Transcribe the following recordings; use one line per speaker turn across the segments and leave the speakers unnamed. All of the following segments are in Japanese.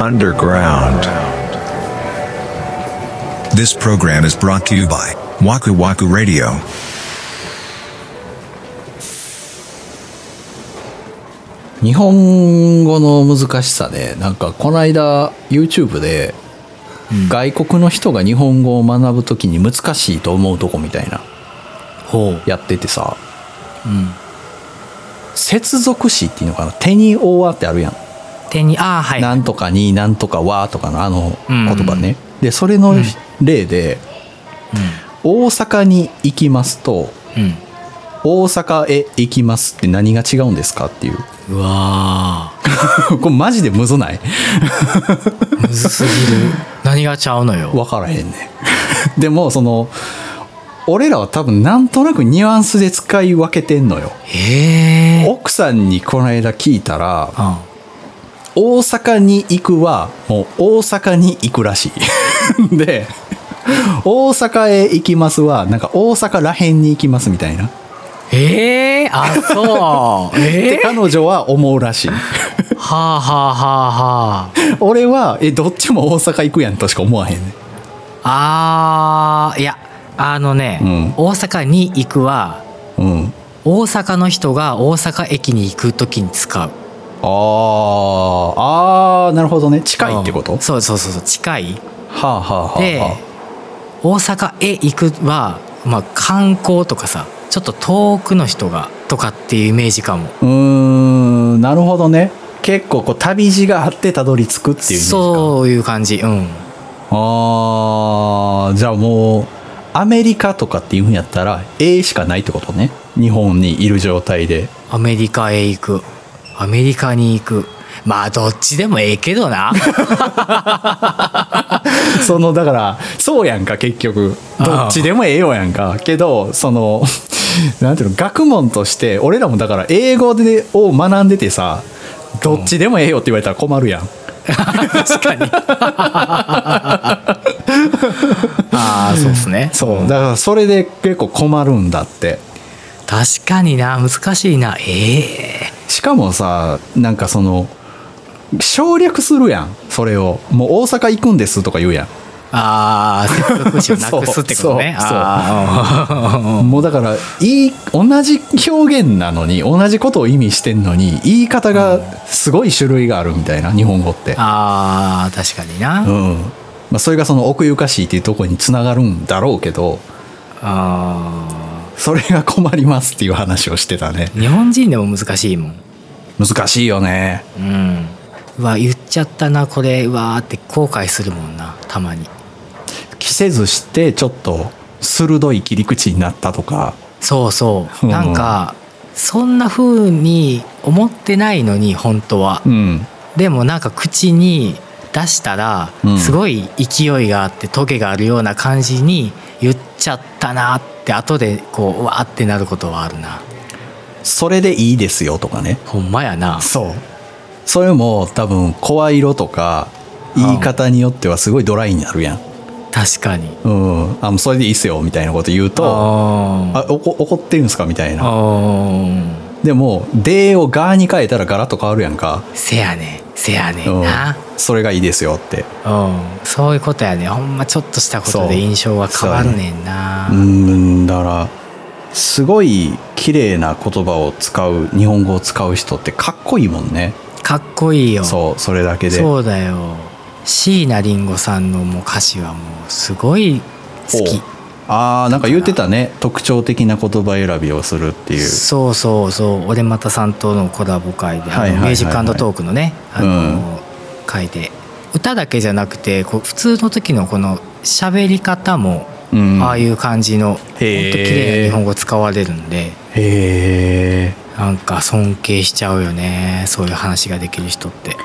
underground.
This program is brought to you by Waku Waku Radio.
日本語の難しさでなんかこの間 YouTube で外国の人が日本語を学ぶときに難しいと思うとこみたいな
ほう。
やっててさ、接続詞っていうのかな手に「おわ」ってあるやん、
手に、ああ、はい。
なんとかになんとかわとかのあの
うん
言葉ね、でそれの例で、大阪に行きますと
うん。
大阪へ行きますって何が違うんですかっていう
うわ ー
これマジでむずない
むずすぎる。何がちゃうのよ。
分からへんねんでもその俺らは多分なんとなくニュアンスで使い分けてんのよ
へえ。
奥さんにこの間聞いたら
うん。
大阪に行くはもう大阪に行くらしい で大阪へ行きますはなんか大阪らへんに行きますみたいな、
ええあ、そう。 え
で
え
彼女は思うらしい
はあはあはあはあ。
俺はえどっちも大阪行くやんとしか思わへんね
あーいやあのね、大阪に行くは
うん
大阪の人が大阪駅に行くときに使う
あーあーなるほどね近いってこと、
うん
は
そうそうそうそう近い
あはあはあ
で
は
大阪へ行くは、まあ、観光とかさちょっと遠くの人がとかっていうイメージかも
あうーんなるほどね結構こう旅路があってたどり着くっていうイメージか
そういう感じうん
あーじゃあもうアメリカとかっていうんやったら A しかないってことね日本にいる状態 で
アメリカへ行くアメリカに行くまあどっちでもええけど な
そのだからそうやんか結局どっちでもええようやんかけどその なんていうの学問として俺らもだから英語でを学んでてさどっちでもええよって言われたら困るやん
確かにああそうっすね
そうだからそれで結構困るんだって
確かにな難しいなええ
しかもさなんかその省略するやんそれをもう大阪行くんですとか言うやん
ああ接続詞をなくすってことね
そうそう
あ
もうだからいい同じ表現なのに同じことを意味してんのに言い方がすごい種類があるみたいな日本語って
ー、あー確かにな、
うんまあ、それがその奥ゆかしいっていうところにつながるんだろうけど
あ
それが困りますっていう話をしてたね
ー日本人でも難しいもん
難しいよね
うんうわ言っちゃったなこれうわーって後悔するもんなたまに
着せずしてちょっと鋭い切り口になったとか
そうそううんなんかそんな風に思ってないのに本当は
うん
でもなんか口に出したら
うん
すごい勢いがあってトゲがあるような感じに言っちゃったなって後でこううわーってなることはあるな
それでいいですよとかね
ほんまやな
そうそれも多分声色とか言い方によってはすごいドライになるやん
確かに
うん、あもうそれでいいっすよみたいなこと言うと
あ
あおこ怒ってるんですかみたい
あ
なでも「で」を「が」に変えたらガラッと変わるやんか、
せやねせやね
うん
んな、
それがいいですよって
うん、そういうことやねほんまちょっとしたこと
そう
で印象が変わるねんな
うんだからすごい綺麗な言葉を使う日本語を使う人ってかっこいいもんね
かっこいいよ
そうそれだけで
そうだよ椎名林檎さんのもう歌詞はもうすごい好き
おあーなんか言ってたね特徴的な言葉選びをするっていう
そうそうそう俺またさんとのコラボ会であの
はいはいはいはい
ミュージックトークのねあの、会で歌だけじゃなくてこう普通の時のこの喋り方も
うん
ああいう感じの、ほんと綺麗な日本語使われるんで
へえ
なんか尊敬しちゃうよねそういう話ができる人って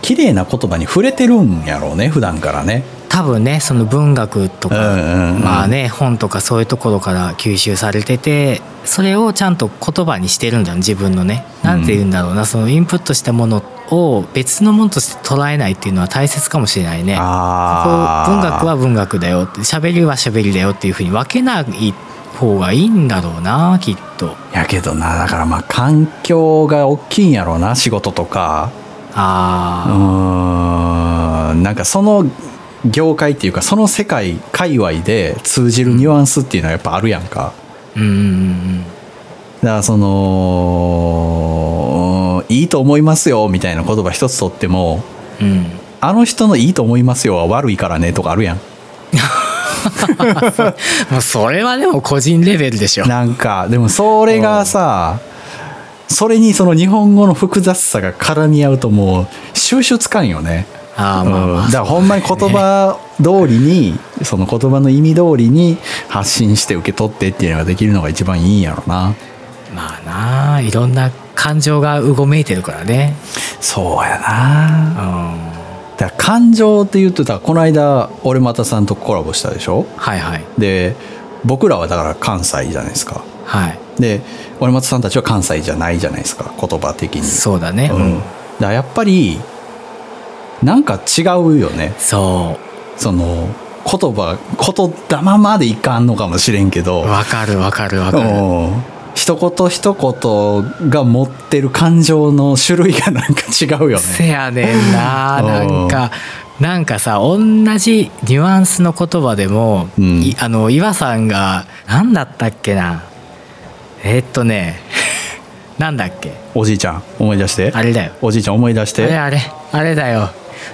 綺麗な言葉に触れてるんやろうね普段からね
多分ねその文学とか、
うんうんうん
まあね本とかそういうところから吸収されててそれをちゃんと言葉にしてるんだよ自分のね。なんて言うんだろうな、そのインプットしたものを別のものとして捉えないっていうのは大切かもしれないね。こう
あー
文学は文学だよって喋りは喋りだよっていうふうに分けない方がいいんだろうなきっと。
やけどなだからまあ環境が大きいんやろうな仕事とかう
あ
ーんなんかその業界っていうかその世界界隈で通じるニュアンスっていうのはやっぱあるやんか
あうんうん
だからそのいいと思いますよみたいな言葉一つとっても
うんうん
あの人のいいと思いますよは悪いからねとかあるやん
もうそれはでも個人レベルでしょ
なんかでもそれがさそれにその日本語の複雑さが絡み合うともう収拾つかんよね
ああまあまあ、
うんだからほんまに言葉通りに、その言葉の意味通りに発信して受け取ってっていうのができるのが一番いいんやろな
まあなあいろんな感情がうごめいてるからね
そうや
う
なんだから感情って言うとだからこの間俺またさんとコラボしたでしょ
はいはい
で僕らはだから関西じゃないですか
はい
で俺松さんたちは関西じゃないじゃないですか言葉的に
そうだね、
うん、だからやっぱりなんか違うよね
そ
その言葉言霊までいかんのかもしれんけど
うわかるわかるわかる
うん一言一言が持ってる感情の種類がなんか違うよね
せやねんな
うん
なんかなんかさ同じニュアンスの言葉でも、
うん
いあの岩さんが何だったっけなえーっとね なんだっけ
おじいちゃん思い出して
あれだよ
おじいちゃん思い出し
あ
て
れ
は
あれあれだよ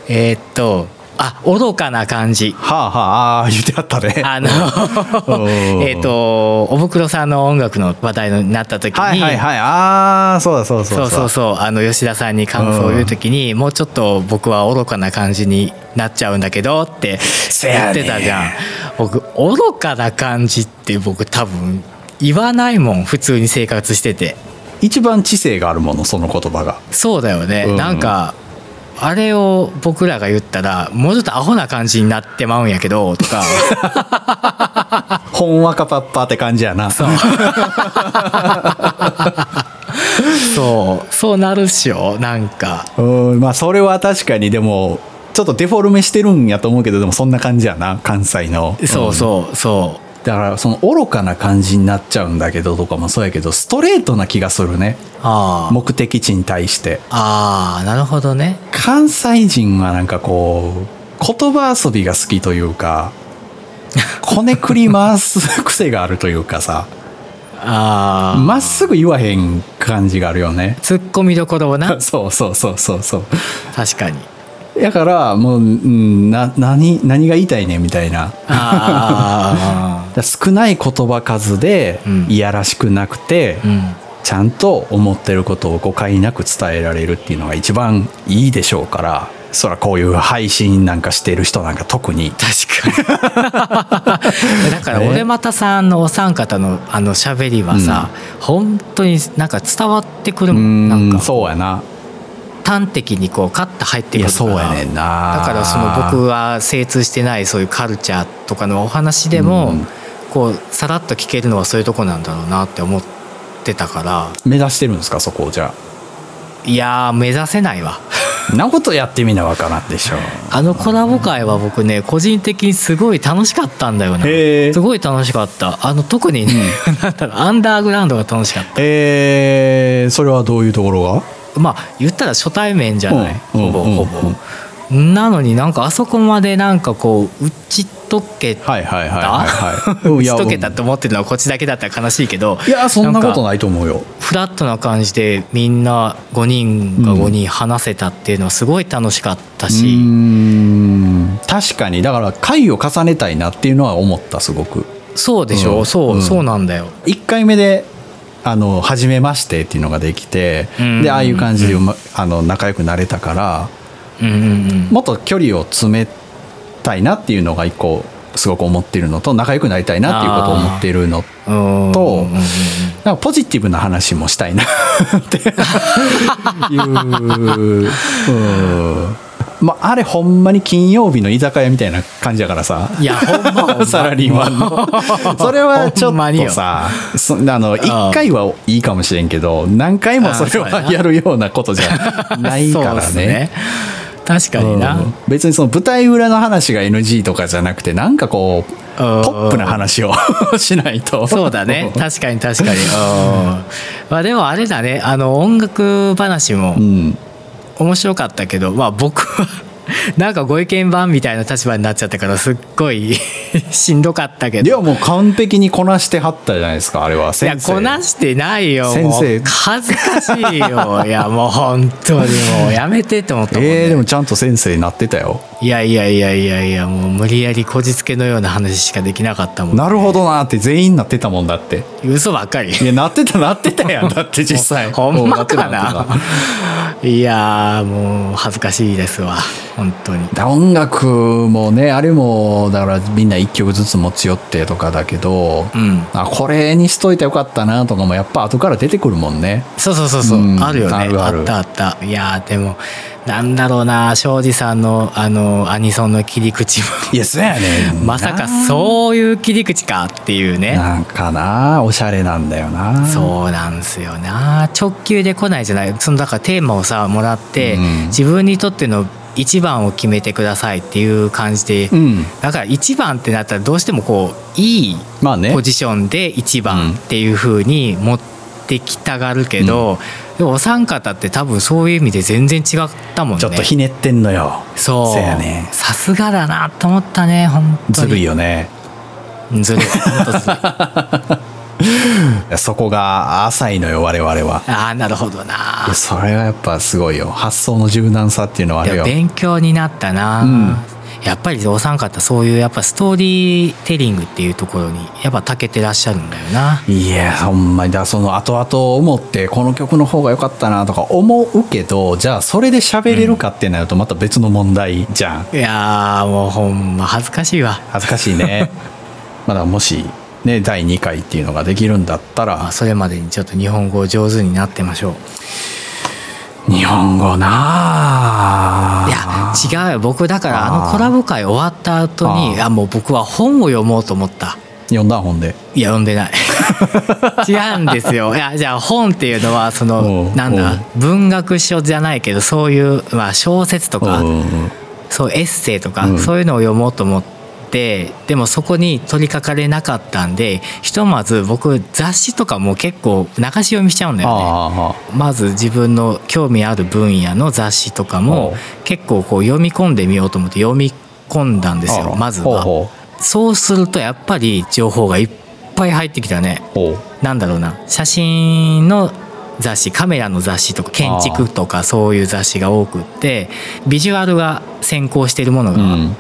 えーっとあ愚かな 感じ
あはああー言ってあったね
あの
うん
えーっとおぶくろさんの音楽の話題になった時に、
はいはいはいああそうだそうだそう
そ
だ
うそうそうあの吉田さんに感想を言う時に、もうちょっと僕は愚かな感じになっちゃうんだけどって言
や
っ
ね
てたじゃん僕愚かな感じって僕多分言わないもん普通に生活してて
一番知性があるものその言葉が
そうだよね、
うん
なんかあれを僕らが言ったらもうちょっとアホな感じになってまうんやけど とか
ほんわかパッパって感じやな
そうそうそうなるっしょなんか
うんまあそれは確かにでもちょっとデフォルメしてるんやと思うけどでもそんな感じやな関西の
そうそうそう。
だからその愚かな感じになっちゃうんだけどとかもそうやけどストレートな気がするね
ああ
目的地に対して
ああなるほどね
関西人はなんかこう言葉遊びが好きというかこねくり回す癖があるというかさ
ああ
まっすぐ言わへん感じがあるよね
ツッコミどころをな
そうそうそうそうそう
確かに
だからもう、うん、な何何が言いたいねみたいな
あ
だ少ない言葉数で
うん
いやらしくなくて、
あ うん
ちゃんと思ってることを誤解なく伝えられるっていうのが一番いいでしょうからそらこういう配信なんかしてる人なんか特に
確かにだから
ね
俺またさんのお三方のあの喋りはさ、本当になんか伝わってくるもんなんか
そうやな
端的にこうカッと入って
いや
くるか
そう
ら
やねんな
だからその僕は精通してないそういうカルチャーとかのお話で
う
も、
んこ
こうさらっと聞けるのはそういうとこなんだろうなって思ってたから
う目指してるんですかそこをじゃ
いやー目指せないわ
あなことやってみなわからんでしょ
あのコラボ会は僕ね個人的にすごい楽しかったんだよ
へ
ね
ー
すごい楽しかったあの特にね、 なんだろうアンダーグラウンドが楽しかっ
えー、それはどういうところが
たまあ言ったら初対面じゃない
うん
ほぼ
うん
ほぼなのになんかあそこまでなんかこう打ち解けた
はいはいはい はいはい
打ち解けた
い
と思ってるのはこっちだけだったら悲しいけど
やいやそんなこと
い
ないと思うよ
フラットな感じでみんな5人が5人話せたっていうのはすごい楽しかった
うー
し、
ん確かにだから回を重ねたいなっていうのは思ったすごく
そうでしょ、
うん
そう、
うん
そうなんだよ
1回目で「あの初めまして」っていうのができて
うん
でああいう感じで、まあの仲良くなれたから
うんうんうん
もっと距離を詰めたいなっていうのが一個すごく思ってるのと仲良くなりたいなっていうことを思ってるのと
と
なんかポジティブな話もしたいなっていう、うんまあ、あれほんまに金曜日の居酒屋みたいな感じやからさ
いやほんまほんま
サラリーマンのそれはちょ
ほんまに
っ
よ
とさそあの1回はいいかもしれんけど何回もそれ
あそうや
は
な
やるようなことじ ゃないか
そ
ら
うっす
ね。
確かにな、
うん別にその舞台裏の話が NG とかじゃなくてなんかこうポ
うん
ップな話を しないと
そうだね確かに確かにうんまあでもあれだねあの音楽話も
うん
面白かったけどまあ僕は なんかご意見番みたいな立場になっちゃったからすっごい しんどかったけど
ではもう完璧にこなしてはったじゃないですかあれはい先
や
生
こなしてないよ
先生
もう恥ずかしいよいやもう本当にもうやめてって思ったもん、ね
えー、でもちゃんと先生になってたよ
いやいやいやいやいやもう無理やりこじつけのような話しかできなかったもん
なるほどなって全員なってたもんだって
嘘ばっかり
いやなってたなってた やんだって実際
ほんまか
うんってた
な
って
いやーもう恥ずかしいですわ本当に
た音楽もねあれもだからみんな1曲ずつ持ち寄ってとかだけど、
うん
あこれにしといてよかったなとかもやっぱ後から出てくるもんね
そうそうそうそう、
うん
あるよね
あるある
ったあったいやーでもなんだろうな庄司さんのあのアニソンの切り口も
いやそうやね
まさかそういう切り口かっていうね
なんかなおしゃれなんだよな
そうなんですよな直球で来ないじゃないそのだからテーマをさもらって、
うん
自分にとっての一番を決めてくださいっていう感じで、
うん
だから一番ってなったらどうしてもこういい
まあね
ポジションで一
うん
番っていう風に持ってきたがるけど、でもお三方って多分そういう意味で全然違ったもんね
ちょっとひねってんのよ
そう
せやね
さすがだなと思ったね本当に
ずるいよね
ずるいほんとずるい
そこが浅いのよ我々は
ああなるほどない
やそれはやっぱすごいよ発想の柔軟さっていうのはあ
い
る
や
よ
勉強になったな、
うん
やっぱりお三方そういうやっぱストーリーテリングっていうところにやっぱ長けてらっしゃるんだよない
やほんまにだからその後々思ってこの曲の方が良かったなとか思うけどじゃあそれで喋れるかってなるとまた別の問題じゃん、
いやーもうほんま恥ずかしいわ
恥ずかしい ねまあだからもしね第2回っていうのができるんだった
まあ
ら
それまでにちょっと日本語を上手になってましょう
日本語ないあ
や違うよ僕だから
あー
あのコラボ会終わった後
あ
に
ー
いやもう僕は本を読もうと思った
読んだ本で
いや読んで ない違うんですよいやじゃあ本っていうのはそ
お
の
う
なんだ文学書じゃないけどそういう、まあ、小説とか
うんうんうん
そうエッセイとか、
うん
そういうのを読もうと思ってでもそこに取り掛かれなかったんでひとまず僕雑誌とかも結構流し読みしちゃうんだよね。
あ
まず自分の興味ある分野の雑誌とか
お
も
う
結構こう読み込んでみようと思って読み込んだんです
あ
よ
ら
まず
ほう
は
ほ
そうするとやっぱり情報がいっぱい入ってきたね
あほう
なんだろうな写真の雑誌カメラの雑誌とか建築とかそういう雑誌が多くってビジュアルが先行しているもの
う
が
ん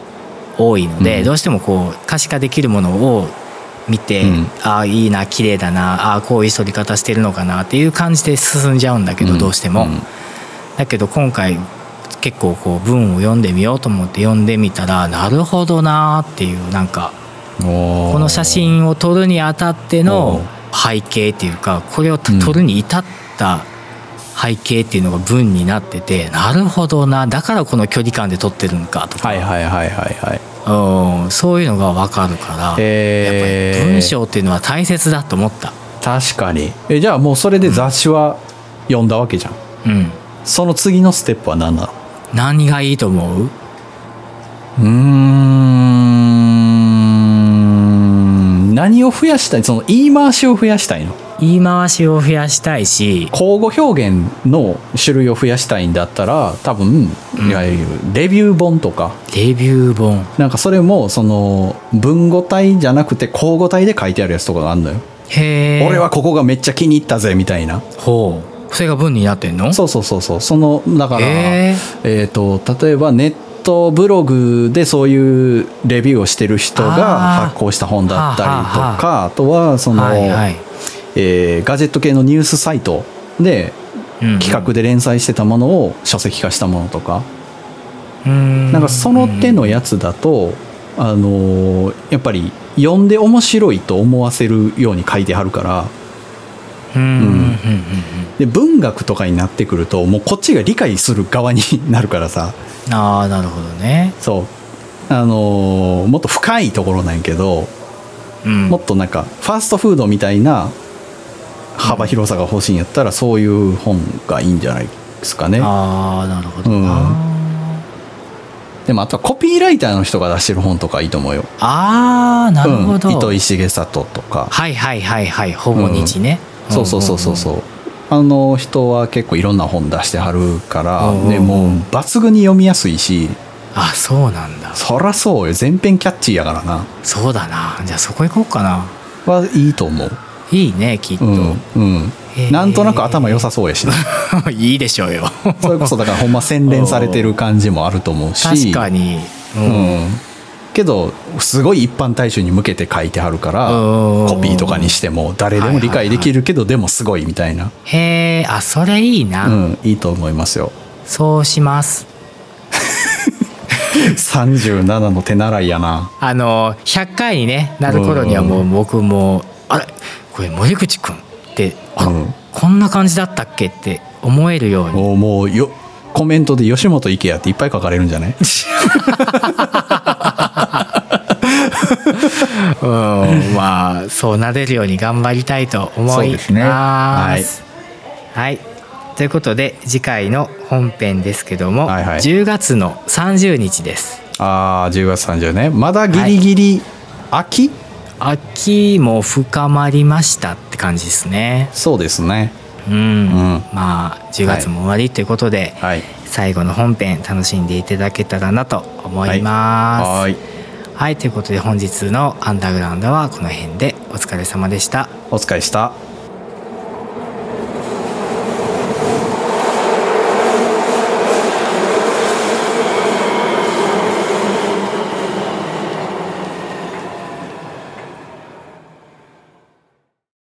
多いので、
うん
どうしてもこう可視化できるものを見て、
うん
ああいいな綺麗だなああこういう撮り方してるのかなっていう感じで進んじゃうんだけど、
うん
どうして
う
も、
ん
だけど今回結構こう文を読んでみようと思って読んでみたらなるほどなーっていうなんか
こ
この写真を撮るにあたっての背景っていうかこれを
うん
撮るに至った背景っていうのが文になっててなるほどなだからこの距離感で撮ってるのかとか、
はいはいはいはいはい
うんそういうのが分かるから、
へー
やっぱり文章っていうのは大切だと思った。
確かにえじゃあもうそれで雑誌は読んだわけじゃん、
うん、
その次のステップは何なの
何がいいと思う
うん何を増やしたいその言い回しを増やしたいの
言い回しを増やしたいし
口語表現の種類を増やしたいんだったら多分、いわゆるレビュー本とか
レビュー本
なんかそれもその文語体じゃなくて口語体で書いてあるやつとかがあるのよ、
へえ
俺はここがめっちゃ気に入ったぜみたいな
ほうそれが文になってんの
そうそうそうそうそのだからえ
へ
っ、と例えばネットブログでそういうレビューをしてる人が
あー
発行した本だったりと
はあは
かあとはその、
はいはい
えーガジェット系のニュースサイトで
うん
企画で連載してたものを書籍化したものとか、
うん
なんかその手のやつだと、あのーやっぱり読んで面白いと思わせるように書いてはるから
うんうんうんうん
で文学とかになってくるともうこっちが理解する側になるからさ
うんああなるほどね、
そうあのーもっと深いところなんやけど
うん、
もっとなんかファーストフードみたいな幅広さが欲しいんやったらそういう本がいいんじゃないですかね
ああなるほどな、
うん
あ
でもあとはコピーライターの人が出してる本とかいいと思うよ、
あな
う
るほ
ん、
ど、
糸井重里とか
はいはいはいはいほぼ日ね、
そうそうそうそうそううあの人は結構いろんな本出してはるから、
うんうんうん
ね、もう抜群に読みやすいし
あそうなんだ
そらそうよ全編キャッチーやからな
そうだなじゃあそこ行こうかな
はいいと思う
いいねきっと、
うん、うん
へー
なんとなく頭良さそうやしね
いいでしょ うよ
それこそだからほんま洗練されてる感じもあると思うし
確かにう、
うんん、けどすごい一般大衆に向けて書いてはるから
うん
コピーとかにしても誰でも理解できるけどでもすごいみたいな、
へえあそれいいな、
うん、いいと思いますよ
そうします
37の手習いやな
あの100回に、ね、なる頃にはもう僕も「あれこれ森口君」って「あ
うん
こんな感じだったっけ?」って思えるように
もうもうよコメントで「吉本池や」っていっぱい書かれるんじゃない
うんまあそうなれるように頑張りたいと思
そう
い
ですね
ます。はい、ということで次回の本編ですけども、
はいはい
10月の30日です。
あー10月30ねまだギリギリ秋、
秋も深まりましたって感じですね。
そうですね
うん、
ん
まあ10月も終わりということで、
はい
最後の本編楽しんでいただけたらなと思います。
は
はいい、ということで本日のアンダーグラウンドはこの辺でお疲れ様でした。
お疲れした